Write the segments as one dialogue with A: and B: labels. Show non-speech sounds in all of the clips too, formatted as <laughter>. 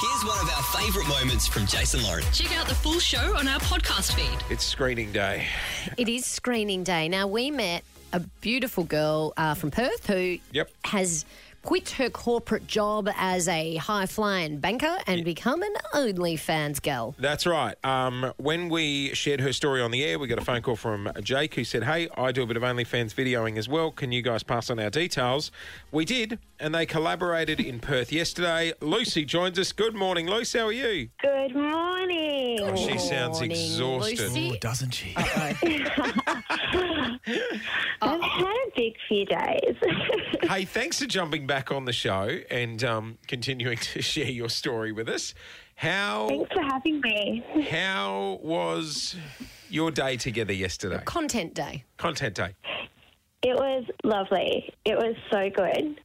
A: Here's one of our favourite moments from Jason Lauren.
B: Check out the full show on our podcast feed.
C: It's screening day.
D: It is screening day. Now, we met a beautiful girl uh, from Perth who
C: Yep.
D: has quit her corporate job as a high flying banker and become an OnlyFans girl.
C: That's right. Um, when we shared her story on the air, we got a phone call from Jake who said, Hey, I do a bit of OnlyFans videoing as well. Can you guys pass on our details? We did, and they collaborated in Perth yesterday. Lucy joins us. Good morning, Lucy. How are you?
E: Good morning.
C: Oh, she sounds
D: Morning,
C: exhausted.
D: Lucy.
F: doesn't she?
E: I've had a big few days. <laughs>
C: Hey, thanks for jumping back on the show and um, continuing to <laughs> share your story with us. How
E: Thanks for having me.
C: how was your day together yesterday?
D: Content day.
C: Content day.
E: It was lovely. It was so good.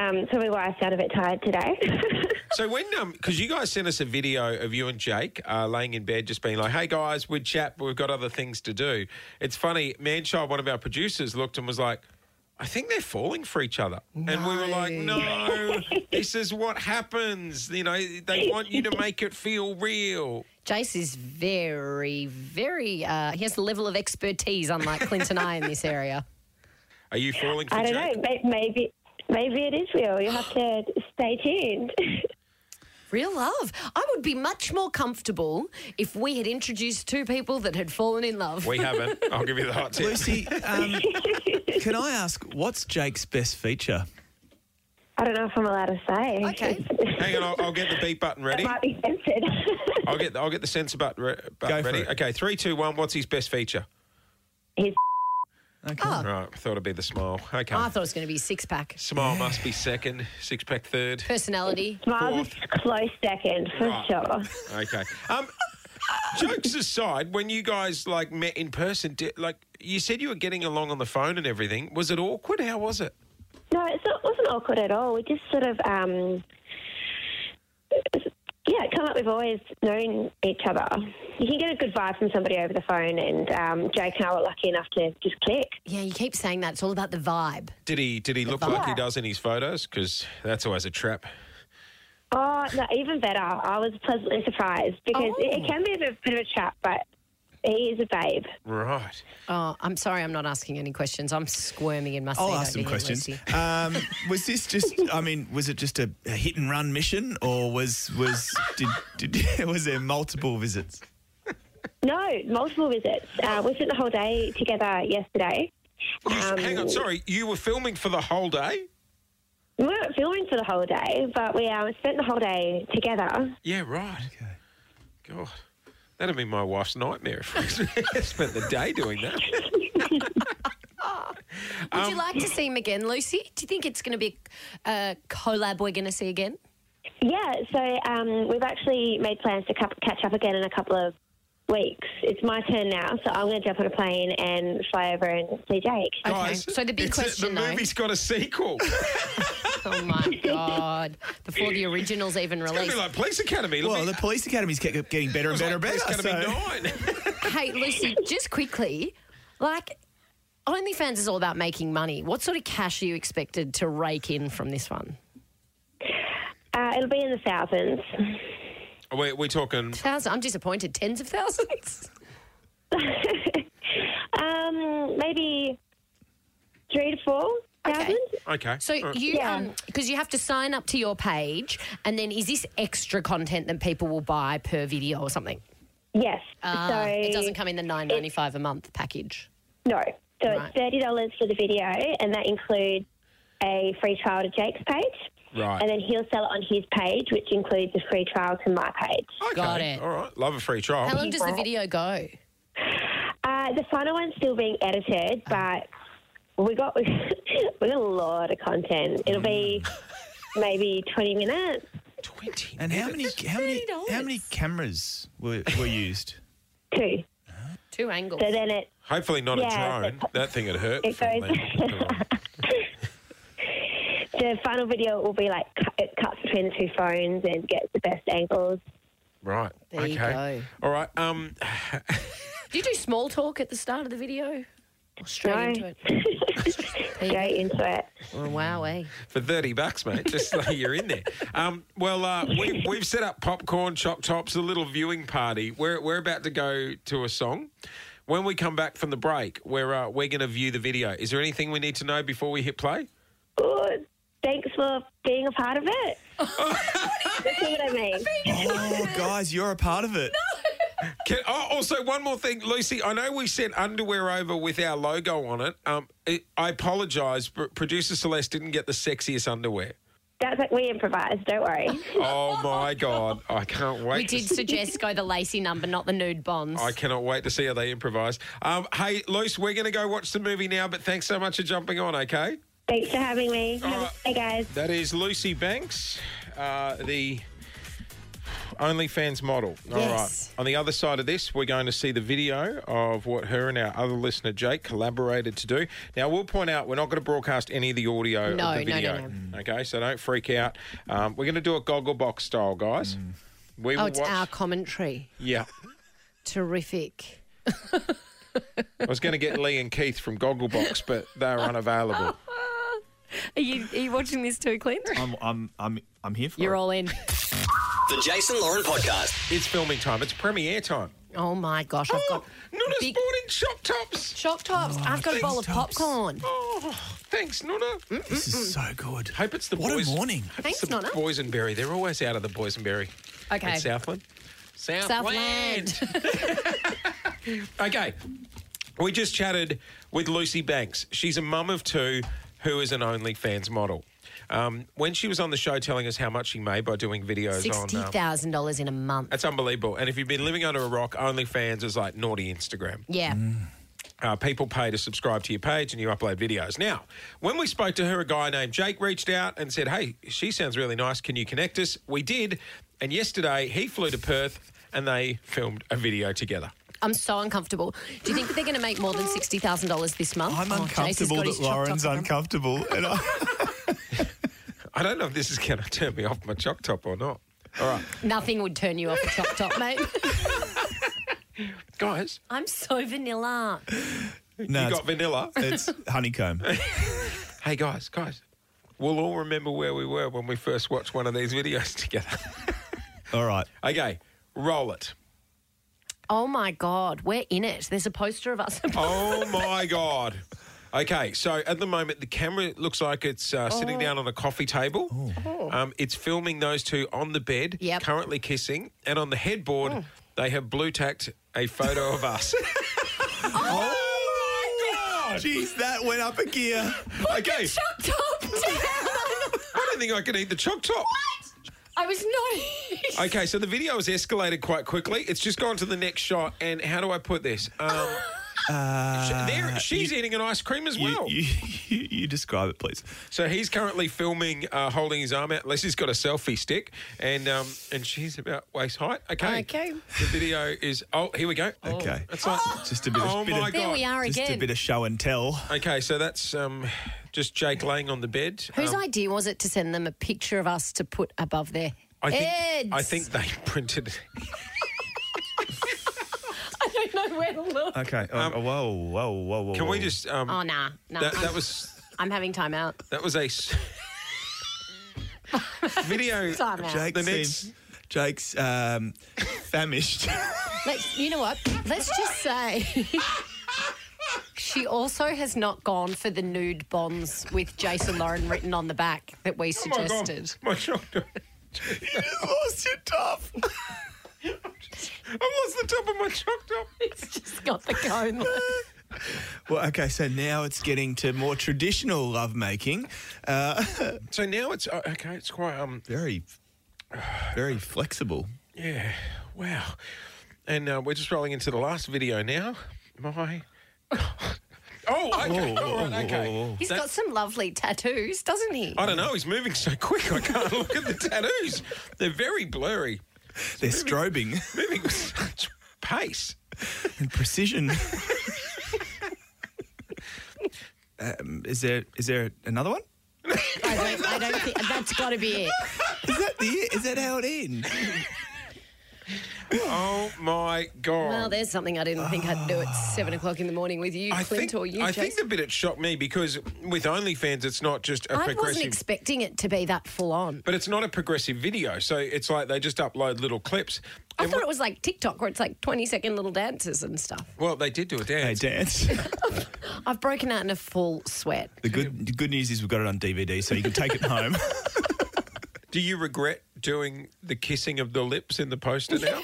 E: Um, so my wife's out a bit tired today. <laughs>
C: So when um, because you guys sent us a video of you and Jake uh, laying in bed, just being like, "Hey guys, we'd chat, but we've got other things to do." It's funny, Manchild, one of our producers, looked and was like. I think they're falling for each other. And we were like, no, this is what happens. You know, they want you to make it feel real.
D: Jace is very, very, uh, he has the level of expertise, unlike Clint and I in this area.
C: Are you falling for
E: I don't
C: Jake?
E: know. may- Maybe maybe it is real. You have to stay tuned.
D: <laughs>
E: <laughs>
D: Real love. I would be much more comfortable if we had introduced two people that had fallen in love.
C: We haven't. I'll give you the hot tip.
F: Lucy, um, can I ask, what's Jake's best feature?
E: I don't know if I'm allowed to say.
D: Okay.
C: Hang on, I'll, I'll get the beep button
E: It
C: ready.
E: <laughs> might be censored.
C: I'll get the, I'll get the sensor button, re- button
F: Go for
C: ready.
F: it.
C: Okay, three, two, one. What's his best feature?
E: <laughs> His
F: Okay.
D: Oh.
C: Right, thought it'd be the smile. Okay,
D: I thought it was going to be six pack.
C: smile must be second, six pack third.
D: Personality.
E: smile's
C: Fourth.
E: a close second for
C: Right.
E: sure.
C: Okay. <laughs> Um, jokes aside, when you guys like met in person, did, like you said you were getting along on the phone and everything, was it awkward? How was it?
E: No, it's not, it wasn't awkward at all. We just sort of, um, yeah, come up. We've always known each other. You can get a good vibe from somebody over the phone, and um, Jake and I were lucky enough to just click.
D: Yeah, you keep saying that. It's all about the vibe.
C: Did he did he look
D: vibe.
C: like he does in his photos? Because that's always a trap.
E: Oh, no, even better. I was pleasantly surprised because it,
C: Oh.
E: it can be a bit, bit of a trap, but he is a babe.
C: Right.
D: Oh, I'm sorry, I'm not asking any questions. I'm squirming in my seat.
F: I'll ask
D: over
F: some
D: here,
F: questions.
D: Lucy.
F: Um, was this just? I mean, was it just a, a hit and run mission, or was was did, did <laughs> was there multiple visits?
E: No, multiple visits. Uh, we spent the whole day together yesterday.
C: You s-
E: Um,
C: Oh, hang on, sorry, you were filming for the whole day?
E: We weren't filming for the whole day, but we uh, spent the whole day together.
C: Yeah, right. God. That'd be my wife's nightmare if we <laughs> spent the day doing that.
D: Would you like to see him again, Lucy? Do you think it's going to be a uh, collab we're going to see again?
E: Yeah, so um, we've actually made plans to cup- catch up again in a couple of weeks. It's my turn now, so I'm going to jump on a plane and fly over and see Jake.
C: Guys,
D: so the big
C: it's a-
D: question,
C: The
D: though-
C: movie's got a sequel. It's
D: <laughs> Oh my God. Before the original's even
C: going to
D: released.
C: be like Police Academy. It'll
F: Well,
C: be,
F: the police academies kept getting better and better and better.
C: Police Academy
F: so-
C: 9.
D: hey, Lucy, just quickly, like, OnlyFans is all about making money. What sort of cash are you expected to rake in from this one?
E: Uh, it'll be in the thousands.
C: <laughs> Are we, we talking
D: Thousands. I'm disappointed. Tens of thousands.
E: Um, maybe three to four
D: Okay.
E: thousand.
C: Okay.
D: So
C: All right.
D: you,
E: Yeah.
D: because you have to sign up to your page, and then is this extra content that people will buy per video or something?
E: Yes. so
D: Ah, it doesn't come in the nine ninety five a month package.
E: No. So
D: Right.
E: it's thirty dollars for the video, and that includes a free trial to Jake's page,
C: Right.
E: and then he'll sell it on his page, which includes a free trial to my page.
C: Okay,
D: Got it.
C: All right. Love a free trial.
D: How long does the video go?
E: Uh, the final one's still being edited, but we got <laughs> we got a lot of content. It'll be maybe twenty minutes.
C: 20
F: And how many how many how many
D: $30.
F: cameras were, were <laughs> used?
E: Two.
D: Two angles.
E: So then it
C: Hopefully not
E: Yeah,
C: a drone. That thing would hurt.
E: It
C: from
E: goes- <laughs>
C: that.
E: the final video will be like cu- it cuts between the two phones and gets the best angles.
C: right.
D: There
C: okay.
D: you go.
C: All right. Um,
D: Do you do small talk at the start of the video? Straight into
E: No.
D: it. There you go.
E: Straight into it.
D: Oh, wow, eh?
C: for 30 bucks, mate. Just
D: <laughs>
C: so you're in there. Um, well, uh, we, we've set up popcorn, choc tops, a little viewing party. We're, we're about to go to a song. When we come back from the break, we're, uh, we're going to view the video. Is there anything we need to know before we hit play?
E: Good. Thanks for being a part of it. That's what I mean.
F: Oh, guys, you're a part of it.
C: Can, oh, also, one more thing, Lucy. I know we sent underwear over with our logo on it. Um, it I apologise. Pr- Producer Celeste didn't get the sexiest underwear.
E: That's like we improvise. Don't worry.
C: Oh, my God. I can't wait. to
D: We did suggest go the lacy number, not the nude bonds. Oh,
C: I cannot wait to see how they improvise. Um, hey, Luce, we're going to go watch the movie now, but thanks so much for jumping on, okay?
E: Thanks for having me. Have a good day, guys.
C: That is Lucy Banks, uh, the OnlyFans model. All right.
D: Yes.
C: On the other side of this, we're going to see the video of what her and our other listener, Jake, collaborated to do. Now, we'll point out we're not going to broadcast any of the audio
D: No,
C: of the
D: no, no, Mm.
C: video. Okay, so don't freak out. Um, we're going to do it goggle box style, guys. We will
D: oh, it's
C: watch.
D: our commentary.
C: yeah.
D: Terrific.
C: I was going to
D: <laughs>
C: get Lee and Keith from Gogglebox, but they're unavailable.
D: Are you, are you watching this too, Clint?
F: I'm, I'm, I'm, I'm here for
D: You're
F: it.
D: all in.
A: The Jason Lauren Podcast.
C: It's filming time. It's premiere time.
D: Oh my gosh, I've <gasps> got
C: Nuna
D: big-
C: brought in shop tops.
D: Shock tops. I've got a bowl of
F: thanks, tops.
D: popcorn.
C: Oh, thanks, Nuna.
F: This is so good.
C: Hope it's the
F: Hmm? What a
C: boys.
F: morning.
C: hope
D: Thanks,
C: it's the
D: Nonna.
C: Boysenberry. They're always out of the boysenberry.
D: Okay.
C: At Southland.
D: Southland.
C: <laughs> okay. We just chatted with Lucy Banks. She's a mum of two who is an OnlyFans model. Um, when she was on the show telling us how much she made by doing videos on. um,
D: $60,000 in a month.
C: That's unbelievable. And if you've been living under a rock, OnlyFans is like naughty Instagram.
D: Yeah.
F: Mm.
C: Uh, people pay to subscribe to your page and you upload videos. Now, when we spoke to her, a guy named Jake reached out and said, Hey, she sounds really nice. Can you connect us? We did. And yesterday, he flew to Perth and they filmed a video together.
D: I'm so uncomfortable. Do you think they're going to make more than $60,000 this month?
F: I'm
D: Oh, Jason's
F: uncomfortable
D: got
F: that
D: his choc
F: Lauren's
D: top on.
F: uncomfortable.
C: <laughs>
F: And I,
C: I don't know if this is going to <laughs> turn me off my choc top or not. All right,
D: Nothing would turn you off a choc top,
F: <laughs>
D: mate.
C: guys,
D: I'm so vanilla.
F: no,
C: you got
F: it's, <laughs>
C: vanilla.
F: it's honeycomb.
C: Hey, guys, guys, we'll all remember where we were when we first watched one of these videos <laughs> together.
F: All right.
C: okay, roll it.
D: Oh my God, we're in it. There's a poster of us. <laughs>
C: Oh my god. Okay, so at the moment the camera looks like it's uh, sitting down on a coffee table. Um, it's filming those two on the bed,
D: Yep.
C: currently kissing, and on the headboard they have blue tacked a photo of us. <laughs> oh my god!
F: Jeez, that went up a gear.
C: Okay,
D: top down.
C: I don't think I can eat the choc top.
D: I was
C: <laughs>
D: not.
C: Okay, so the video has escalated quite quickly. It's just gone to the next shot, and how do I put this? Um, sh- there, she's eating an ice cream as
F: You,
C: well.
F: you, you, you describe it, please.
C: So he's currently filming, uh, holding his arm out. Leslie's got a selfie stick, and um, and she's about waist height. Okay.
D: Okay.
C: The video is. Oh, here we go.
F: Okay.
C: That's like.
F: <laughs> Just a bit of,
C: Oh
F: bit
C: my
F: of,
C: God.
D: There we are
F: just a
D: again.
F: bit of show and tell.
C: Okay, so that's um, just Jake laying on the bed.
D: Whose
C: Um,
D: idea was it to send them a picture of us to put above their
C: I think
D: heads?
C: I
D: <laughs>
C: think they <laughs> printed. it.
D: I don't know where to
C: Uh,
D: look.
F: Okay. Oh, whoa, whoa, whoa, whoa.
C: um, Can we
F: whoa.
C: just? Um,
D: Oh nah, nah.
C: that,
D: I'm,
C: that was
D: I'm having time out.
C: that was a
D: <laughs>
C: s- video.
D: Time out.
F: Jake
C: The
F: seems- Jake's
C: <laughs>
F: um, famished. <laughs>
D: Let's, you know what? Let's just say <laughs> she also has not gone for the nude bonds with Jason Lauren written on the back that we
C: Oh my God,
D: suggested.
C: my <laughs> shoulder.
F: you just lost your
C: <laughs>
F: top.
C: I've lost the top of my chopped up.
D: it's just got the cone.
F: Well, okay, so now it's getting to more traditional lovemaking. Uh,
C: So now it's uh, okay. It's quite um.
F: Very, very flexible.
C: Yeah, wow. And uh, we're just rolling into the last video now. <laughs> My. Oh, okay.
F: Whoa, whoa,
C: All
F: whoa,
C: right, okay.
F: whoa, whoa.
D: He's
C: That-
D: got some lovely tattoos, doesn't he?
C: oh. I don't know. He's moving so quick. I can't look at the tattoos. They're very blurry.
F: They're strobing <laughs>
C: Moving with such pace.
F: and precision. um, is there is there another one?
D: I don't, I don't think that's got to be it.
F: Is that the is that how it ends?
C: Oh my god!
D: Well, there's something I didn't think I'd do at seven o'clock in the morning with you,
C: I
D: Clint,
C: think,
D: or you,
C: I
D: Jason.
C: think the bit it shocked me because with OnlyFans, it's not just a
D: I
C: progressive.
D: wasn't expecting it to be that full on.
C: but it's not a progressive video, so it's like they just upload little clips.
D: I
C: And
D: thought it was like TikTok where it's like 20 second little dances and stuff.
C: wh- well, they did do a
F: Hey,
C: dance.
F: dance.
D: I've broken out in a full sweat.
F: The good the good news is we've got it on DVD, so you can take it home.
C: Do you regret doing the kissing of the lips in the poster
D: <laughs>
C: now?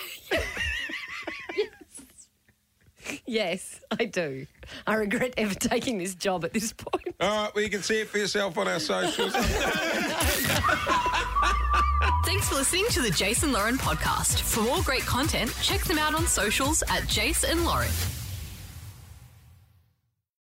D: Yes, I do. I regret ever taking this job at this point.
C: All right, Uh, well, you can see it for yourself on our socials.
B: Thanks for listening to the Jason Lauren podcast. For more great content, check them out on socials at Jason Lauren.